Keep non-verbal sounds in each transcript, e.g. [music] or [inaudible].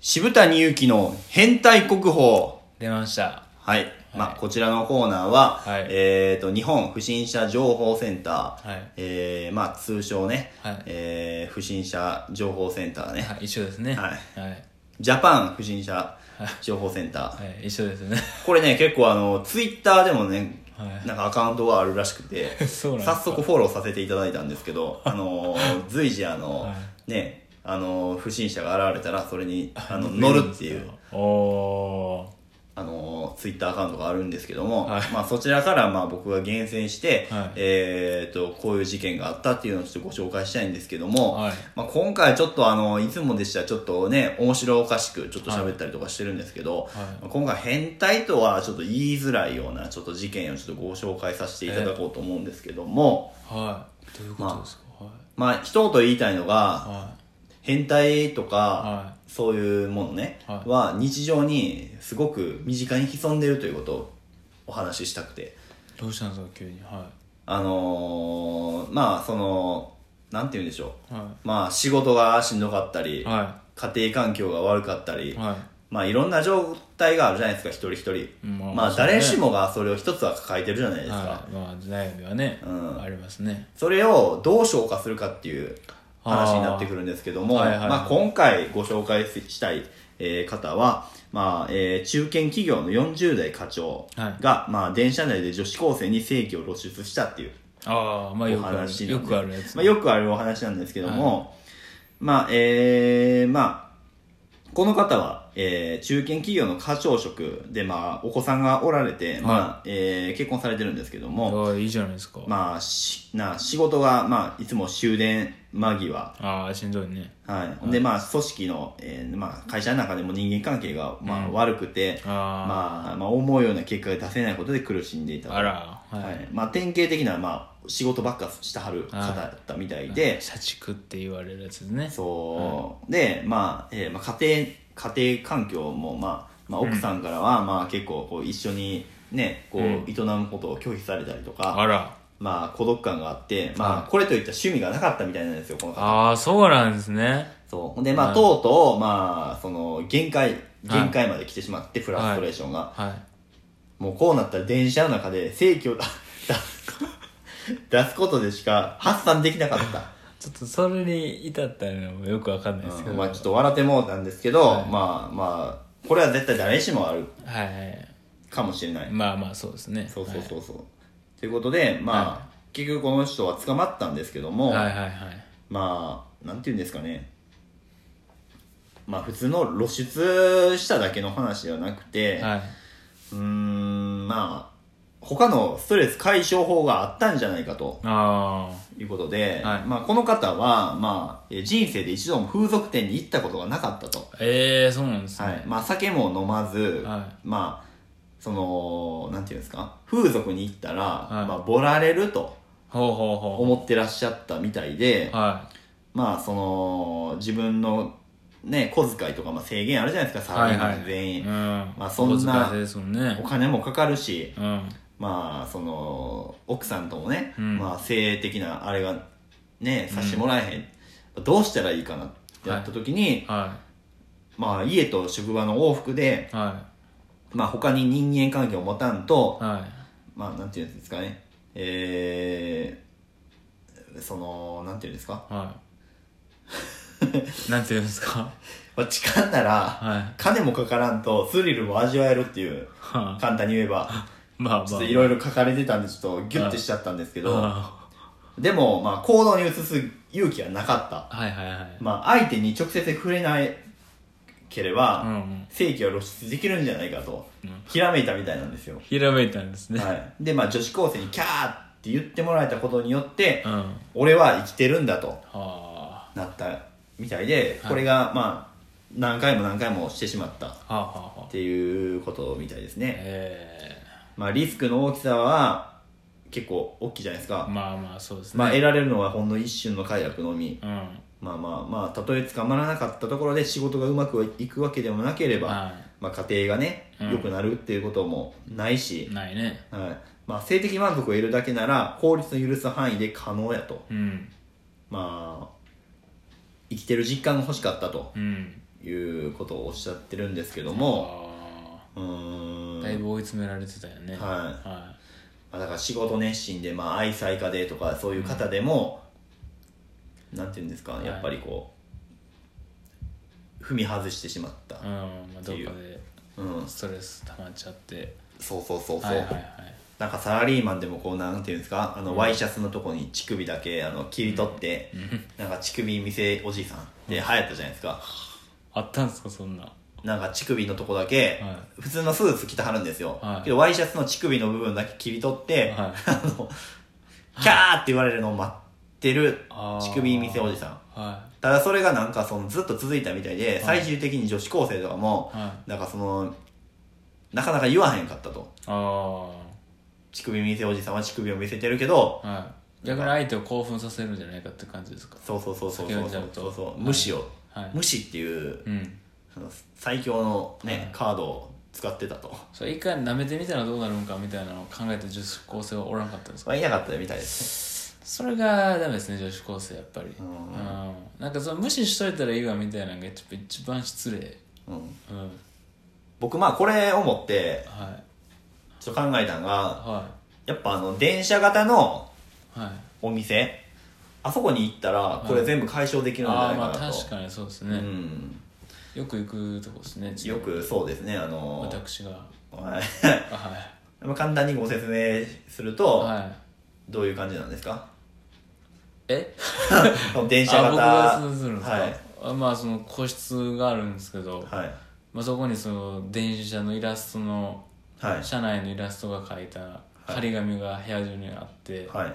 渋谷祐樹の変態国宝。出ましたはい。まあ、こちらのコーナーは、はいえっ、と、日本不審者情報センター、はいえーまあ、通称ね、はいえー不審者情報センターね、はい一緒ですねはいはい、ジャパン不審者情報センター。はい一緒ですねこれね、結構あの、ツイッターでもね、はいなんかアカウントがあるらしくて、 [laughs] そうなんです早か速フォローさせていただいたんですけど、あのー、随時あの、はね、あのー、不審者が現れたら、それに、あの、 [laughs] 乗乗るっていう。おおあのツイッター Twitter アカウントがあるんですけども、はいまあ、そちらからまあ僕が厳選して、はいえー、とこういう事件があったっていうのをちょっとご紹介したいんですけども、はいまあ、今回ちょっとあのいつもでしたらちょっとね面白おかしくちょっと喋ったりとかしてるんですけど、いまあ今回変態とはちょっと言いづらいようなちょっと事件をちょっとご紹介させていただこうと思うんですけども、ーはいどういうことですか、まあ一言言いたいのがは変態とか、いはそういうものね、ははい日常にすごく身近に潜んでるということをお話ししたくていどうしたんですか急にはあのーまあそのなんて言うんでしょいはうまあ仕事がしんどかったり、いは家庭環境が悪かったり、いはいまあいろんな状態があるじゃないですか一人一人、まあまあそうね誰しもがそれを一つは抱えてるじゃないですか、はいまあ悩みはね、うんありますねそれをどう消化するかっていう話になってくるんですけども、あーはいはいはいまあ、今回ご紹介したい、えー方は、まあえー中堅企業の40代課長が、まあ、電車内で女子高生に性器を露出したっていうああまあよおくあ話るなよんでくあるやつ、まあ、よくあるお話なんですけども、まあえーまあ、この方は、えー中堅企業の課長職で、まあ、お子さんがおられて、まあえー結婚されてるんですけども、ああいいじゃないですか、まあ、しな仕事が、まあ、いつも終電間際、ああしんどいねはい、でまあ組織の、えーまあ、会社の中でも人間関係が、まあ、悪くて、あまあまあ、思うような結果が出せないことで苦しんでいたあ、とあらはい、はいまあ、典型的な、まあ、仕事ばっかしてはる方だったみたいで、社畜って言われるやつですねそう、で、まあえーまあ、家庭家庭環境も、まあまあ、奥さんからは、まあ、結構こう一緒に、ね、こう営むことを拒否されたりとか、あらまあ、孤独感があって、まあ、これといった趣味がなかったみたいなんですよ、この方。ああそうなんですねそう。ほんで、まはあ、いとうとう、まあ、その、限界、限界まで来てしまって、フラストレーションが。はいもう、こうなったら電車の中で、正規を出す、 [laughs] 出すことでしか発散できなかった。ちょっとそれに至ったのもよくわかんないですけど、うんまあ、ちょっと笑ってもうたんですけど、はいまあまあ、これは絶対誰しもあるはいはいかもしれない。まあまあそうですねそうそうそうそう。ということで、まあ、結局この人は捕まったんですけども、はいはいはいまあなんていうんですかねまあ普通の露出しただけの話ではなくて、はいうーんまあ他のストレス解消法があったんじゃないかとあいうことで、はいまあ、この方は、まあ、え人生で一度も風俗店に行ったことがなかったと、あええそうなんですね、はいまあ、酒も飲まず、はまあそのなんていうんですか風俗に行ったら、はいまあ、ボラれるとほうほうほ思ってらっしゃったみたいで、うはまあその自分のね小遣いとかまあ制限あるじゃないですかサラリーマン全い、員、うんまあそんなですもんねお金もかかるしうんまあその奥さんともね、うんまあ性的なあれがねさしてもらえへん、どうしたらいいかなってやった時に、はまあ家と職場の往復でいはまあ他に人間関係を持たんといはいまあなんていうんですかねえー、そのなんていうんですか、はいなんて言うんですかまあ、痴漢ならはい金もかからんとスリルも味わえるっていうはあ簡単に言えば、まあまあちょっといろいろ書かれてたんで、ちょっとギュッてしちゃったんですけど、あでも、まあ、行動に移す勇気はなかった。あはいはいはいまあ、相手に直接触れなけれうんうば、ん正規は露出できるんじゃないかとうん、ひらめいたみたいなんですよ。ひらめいたんですね、はい。で、まあ、女子高生にキャーって言ってもらえたことによってう、んは俺は生きてるんだとあなったみたいで、これが、まあ、何回も何回もしてしまったっはあはあはあていうことみたいですね。えまあ、リスクの大きさは結構大きいじゃないですえか、まあまあそうですねまあ、得られるのはほんの一瞬の快楽のみうんまあまあまあたとえ捕まらなかったところで仕事がうまくいくわけでもなければ、はまあ、家庭がねうん良くなるっていうこともないしい、ないねはいまあ、性的満足を得るだけなら法律の許す範囲で可能やとうんまあ生きてる実感が欲しかったとうんいうことをおっしゃってるんですけどあも、あうーんだいぶ追い詰められてたよねはいはまあだから仕事熱心で、まあ、愛妻家でとかそういう方でも、なんていうんですか、はいやっぱりこう踏み外してしまった、いうんまあどっかでうん、ストレス溜まっちゃってそうそうそうそう、はいはいはいなんかサラリーマンでもこうなんていうんですかあの、ワイシャツのとこに乳首だけあの切り取って、なんか乳首見せおじいさんで流行ったじゃないですか、あったんですかそんななんか乳首のとこだけ、は普通のスーツ着てはるんですよ、はいけどワイシャツの乳首の部分だけ切り取って、はい [laughs] あのキャーって言われるのを待ってるあー乳首見せおじさんはただそれがなんかそのずっと続いたみたいで、はい最終的に女子高生とかもい、はいなんかそのなかなか言わへんかったとああ乳首見せおじさんは乳首を見せてるけどはい、逆に相手を興奮させるんじゃないかって感じですかそうそうそうそう酒そ飲うんじそゃううとそうはい無視を、はい無視っていううんその最強のね、はいカードを使ってたとそれ一回舐めてみたらどうなるんかみたいなのを考えた女子高生はおらんかったんですそかれは言いなかったみたいですそれがダメですね女子高生やっぱりううんんなんかその無視しといたらいいわみたいなのが一番一番失礼ね、うん、うんは僕まあこれ思っていちょっと考えたのがはやっぱあの電車型のいはいお店あそこに行ったらこれ全部解消できるんじゃああないーまかあなと、確かにそうですうね、んよく行くとこですねよくそうですねあの私がはい [laughs] はまあ簡単にご説明するいと、はいどういう感じなんですかえその電車型あ僕がそうするんですか、はいあまあその個室があるんですけど、はいまあ、そこにその電車のイラストのはい車内のイラストが書いた張り紙が部屋中にあって、はい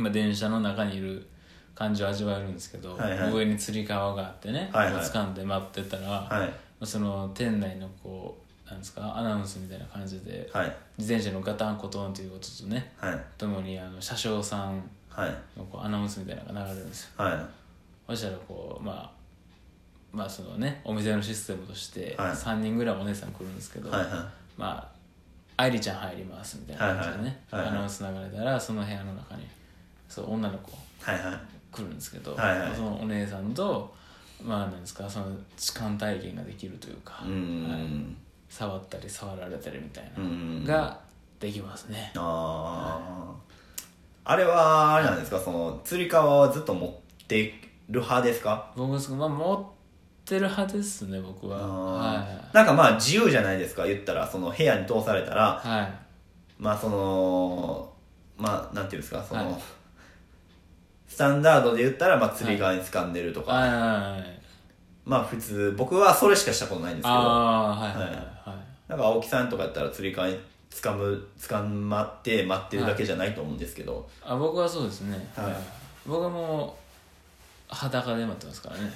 まあ、電車の中にいる感じを味わえるんですけど、はいはい上につり革があってね、はいはい掴んで待ってたら、まはいあ、その店内のこうなんですかアナウンスみたいな感じで、はい自転車のガタンコトンということとねはいともにあの車掌さんはいのこうアナウンスみたいなのが流れるんですよはそしたらこうまあまあそのねお店のシステムとしてはい3人ぐらいお姉さん来るんですけいど、はいはまあ愛梨ちゃん入りますみたいな感じでね、はいはいはいはいアナウンス流れたらその部屋の中にそう女の子いはいはい来るんですけど、はいはいそのお姉さんとまあなんですかその痴漢体験ができるというか、うーん触ったり触られたりみたいうーな、んができますねあああれはあれなんですかそのつり革はずっと持ってる派ですか僕すごいまあ持ってる派ですね僕はあはーなんかまあ自由じゃないですか言ったらその部屋に通されたらいはいまあそのまあなんていうんですかその、はいスタンダードで言ったらまあ釣り革に掴んでるとか、はいはいはいまあ普通僕はそれしかしたことないんですけどああはいはいははいいはいなんか青木さんとかやったら釣り革に掴む掴まって待ってるだけじゃないと思うんですけど、あ僕はそうですね、はい僕はもう裸で待ってますからね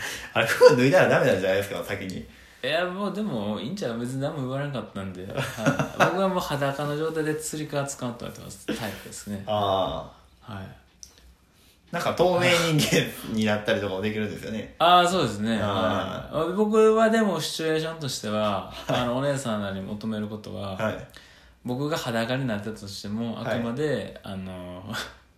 [laughs] あれ服脱いだらダメなんじゃないですか先にいやもうでもいいんちゃう別に何も言われなかったんで、はい、僕はもう裸の状態で釣り革使うと待ってますタイプですねああはいなんか透明人間になったりとかもできるんですよね。ああそうですねあはい僕はでもシチュエーションとしては、あのお姉さんらに求めることは、はい。僕が裸になったとしてもあはいくまで、あの [laughs]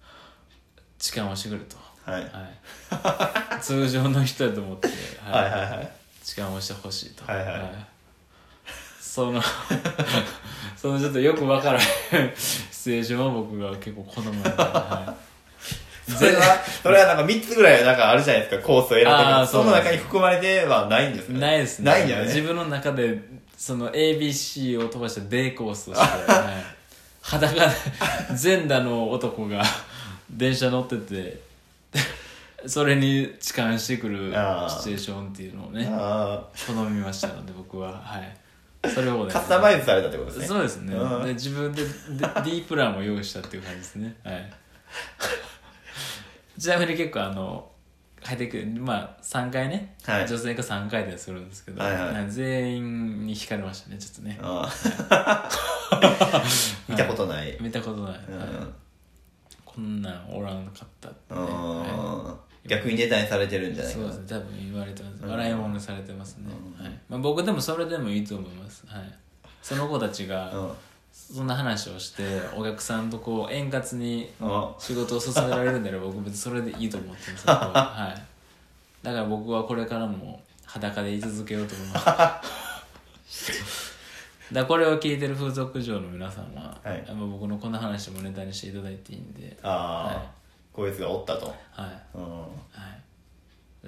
痴漢をしてくれと、はい。はい、通常の人だと思って、はいはいはい。時間をしてほしいとはいはいその [laughs] そのちょっとよくわからへんシチュエーションは僕が結構好むんで、はそれは、それはなんか3つぐらいなんかあるじゃないですか、コースを選んであーその中に含まれてはないんです [laughs] い、ね。ないですねないんだよ自ね。分の中でその ABC を飛ばしたデーコースとして、はい、裸で全裸の男が電車乗っててそれに痴漢してくるあーシチュエーションっていうのをねあ好みましたので僕ははいそれをあ。ねカスタマイズされたってことですね。そうですね、うんで自分 [laughs] でで D プランを用意したっていう感じですねはい [laughs] ちなみに結構あの入ってくるまあ3回ね、はい女性が3回転するんですけど、はいはいなんか全員に惹かれましたねちょっとねあー見たことない。見たことない、うん。はいこんなんおらんかったって、ねうんは逆にデザインされてるんじゃいないかそうな。ですね多分言われてます笑い物にされてますね、はいまあ、僕でもそれでもいいと思います、はい、その子たちがうん。そんな話をしてお客さんとこう円滑にうん仕事を進めら [laughs] れるなら僕別にそれでいいと思ってます、僕ははい、だから僕はこれからも裸で居続けようと思います [laughs] だからこれを聞いてる風俗嬢の皆さんは、はいあんま僕のこんな話もネタにしていただいていいんで、ああ、はいこいつがおったとはいうんは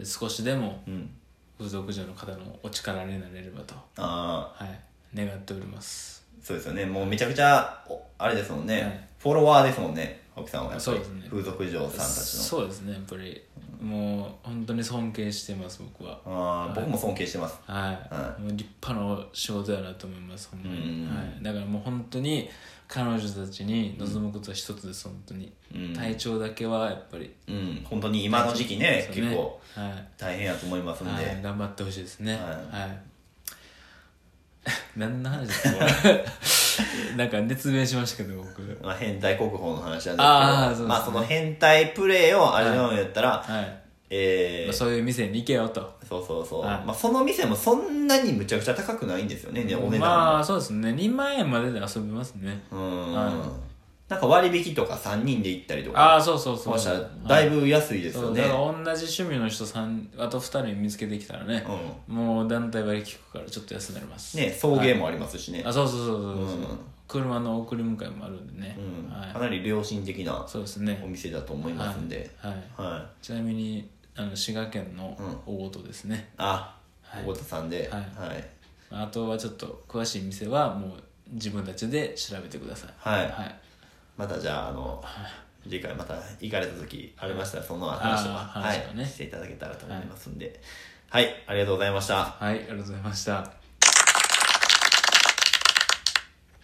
い、少しでもうん風俗嬢の方のお力になれればと、ああはい、願っておりますそうですよねもうめちゃくちゃおあれですもんね、はいフォロワーですもんね青木さんはやっぱそうりですね風俗嬢さんたちのそうですねやっぱりもう本当に尊敬してます僕はああ僕も尊敬してますはい、はもう立派な仕事やなと思いますほんまに、うんはい、だからもう本当に彼女たちに望むことは一つです本当に、うん体調だけはやっぱりうん本当に今の時期ねそう結構はい、大変やと思いますんで、はい、頑張ってほしいですねははいい、 [laughs] 何の話ですかこ [laughs] れなんか熱弁しましたけど僕まあ、変態国宝の話なんですけどあーそうですねまあ、その変態プレイをあれのやったら、はいえまあーそういう店に行けよとそうそうそう、はいまあ、その店もそんなにむちゃくちゃ高くないんですよね、ねお値段も、まあそうですね2万円までで遊びますねうん、はなんか割引とか3人で行ったりとかああそうそうそうそうしたらだいぶ安いですそようね、だから同じ趣味の人さんあと2人見つけてきたらね、もう団体割聞くからちょっと安くなりますうんね送迎もありますしね、あそうそうそうそうそう、うん車の送り迎えもあるんでね、うんかは、なり良心的ないそうですおね店だと思いますんで、はいはいちなみにあの滋賀県の大戸ですね、あはい小田さんでは、はいはいあとはちょっと詳しい店はもう自分たちで調べてくださいはいまたじゃああの次回また行かれた時ありましたらその話とか、あー話とかねはい、していただけたらと思いますんではい、ありがとうございましたはい、ありがとうございました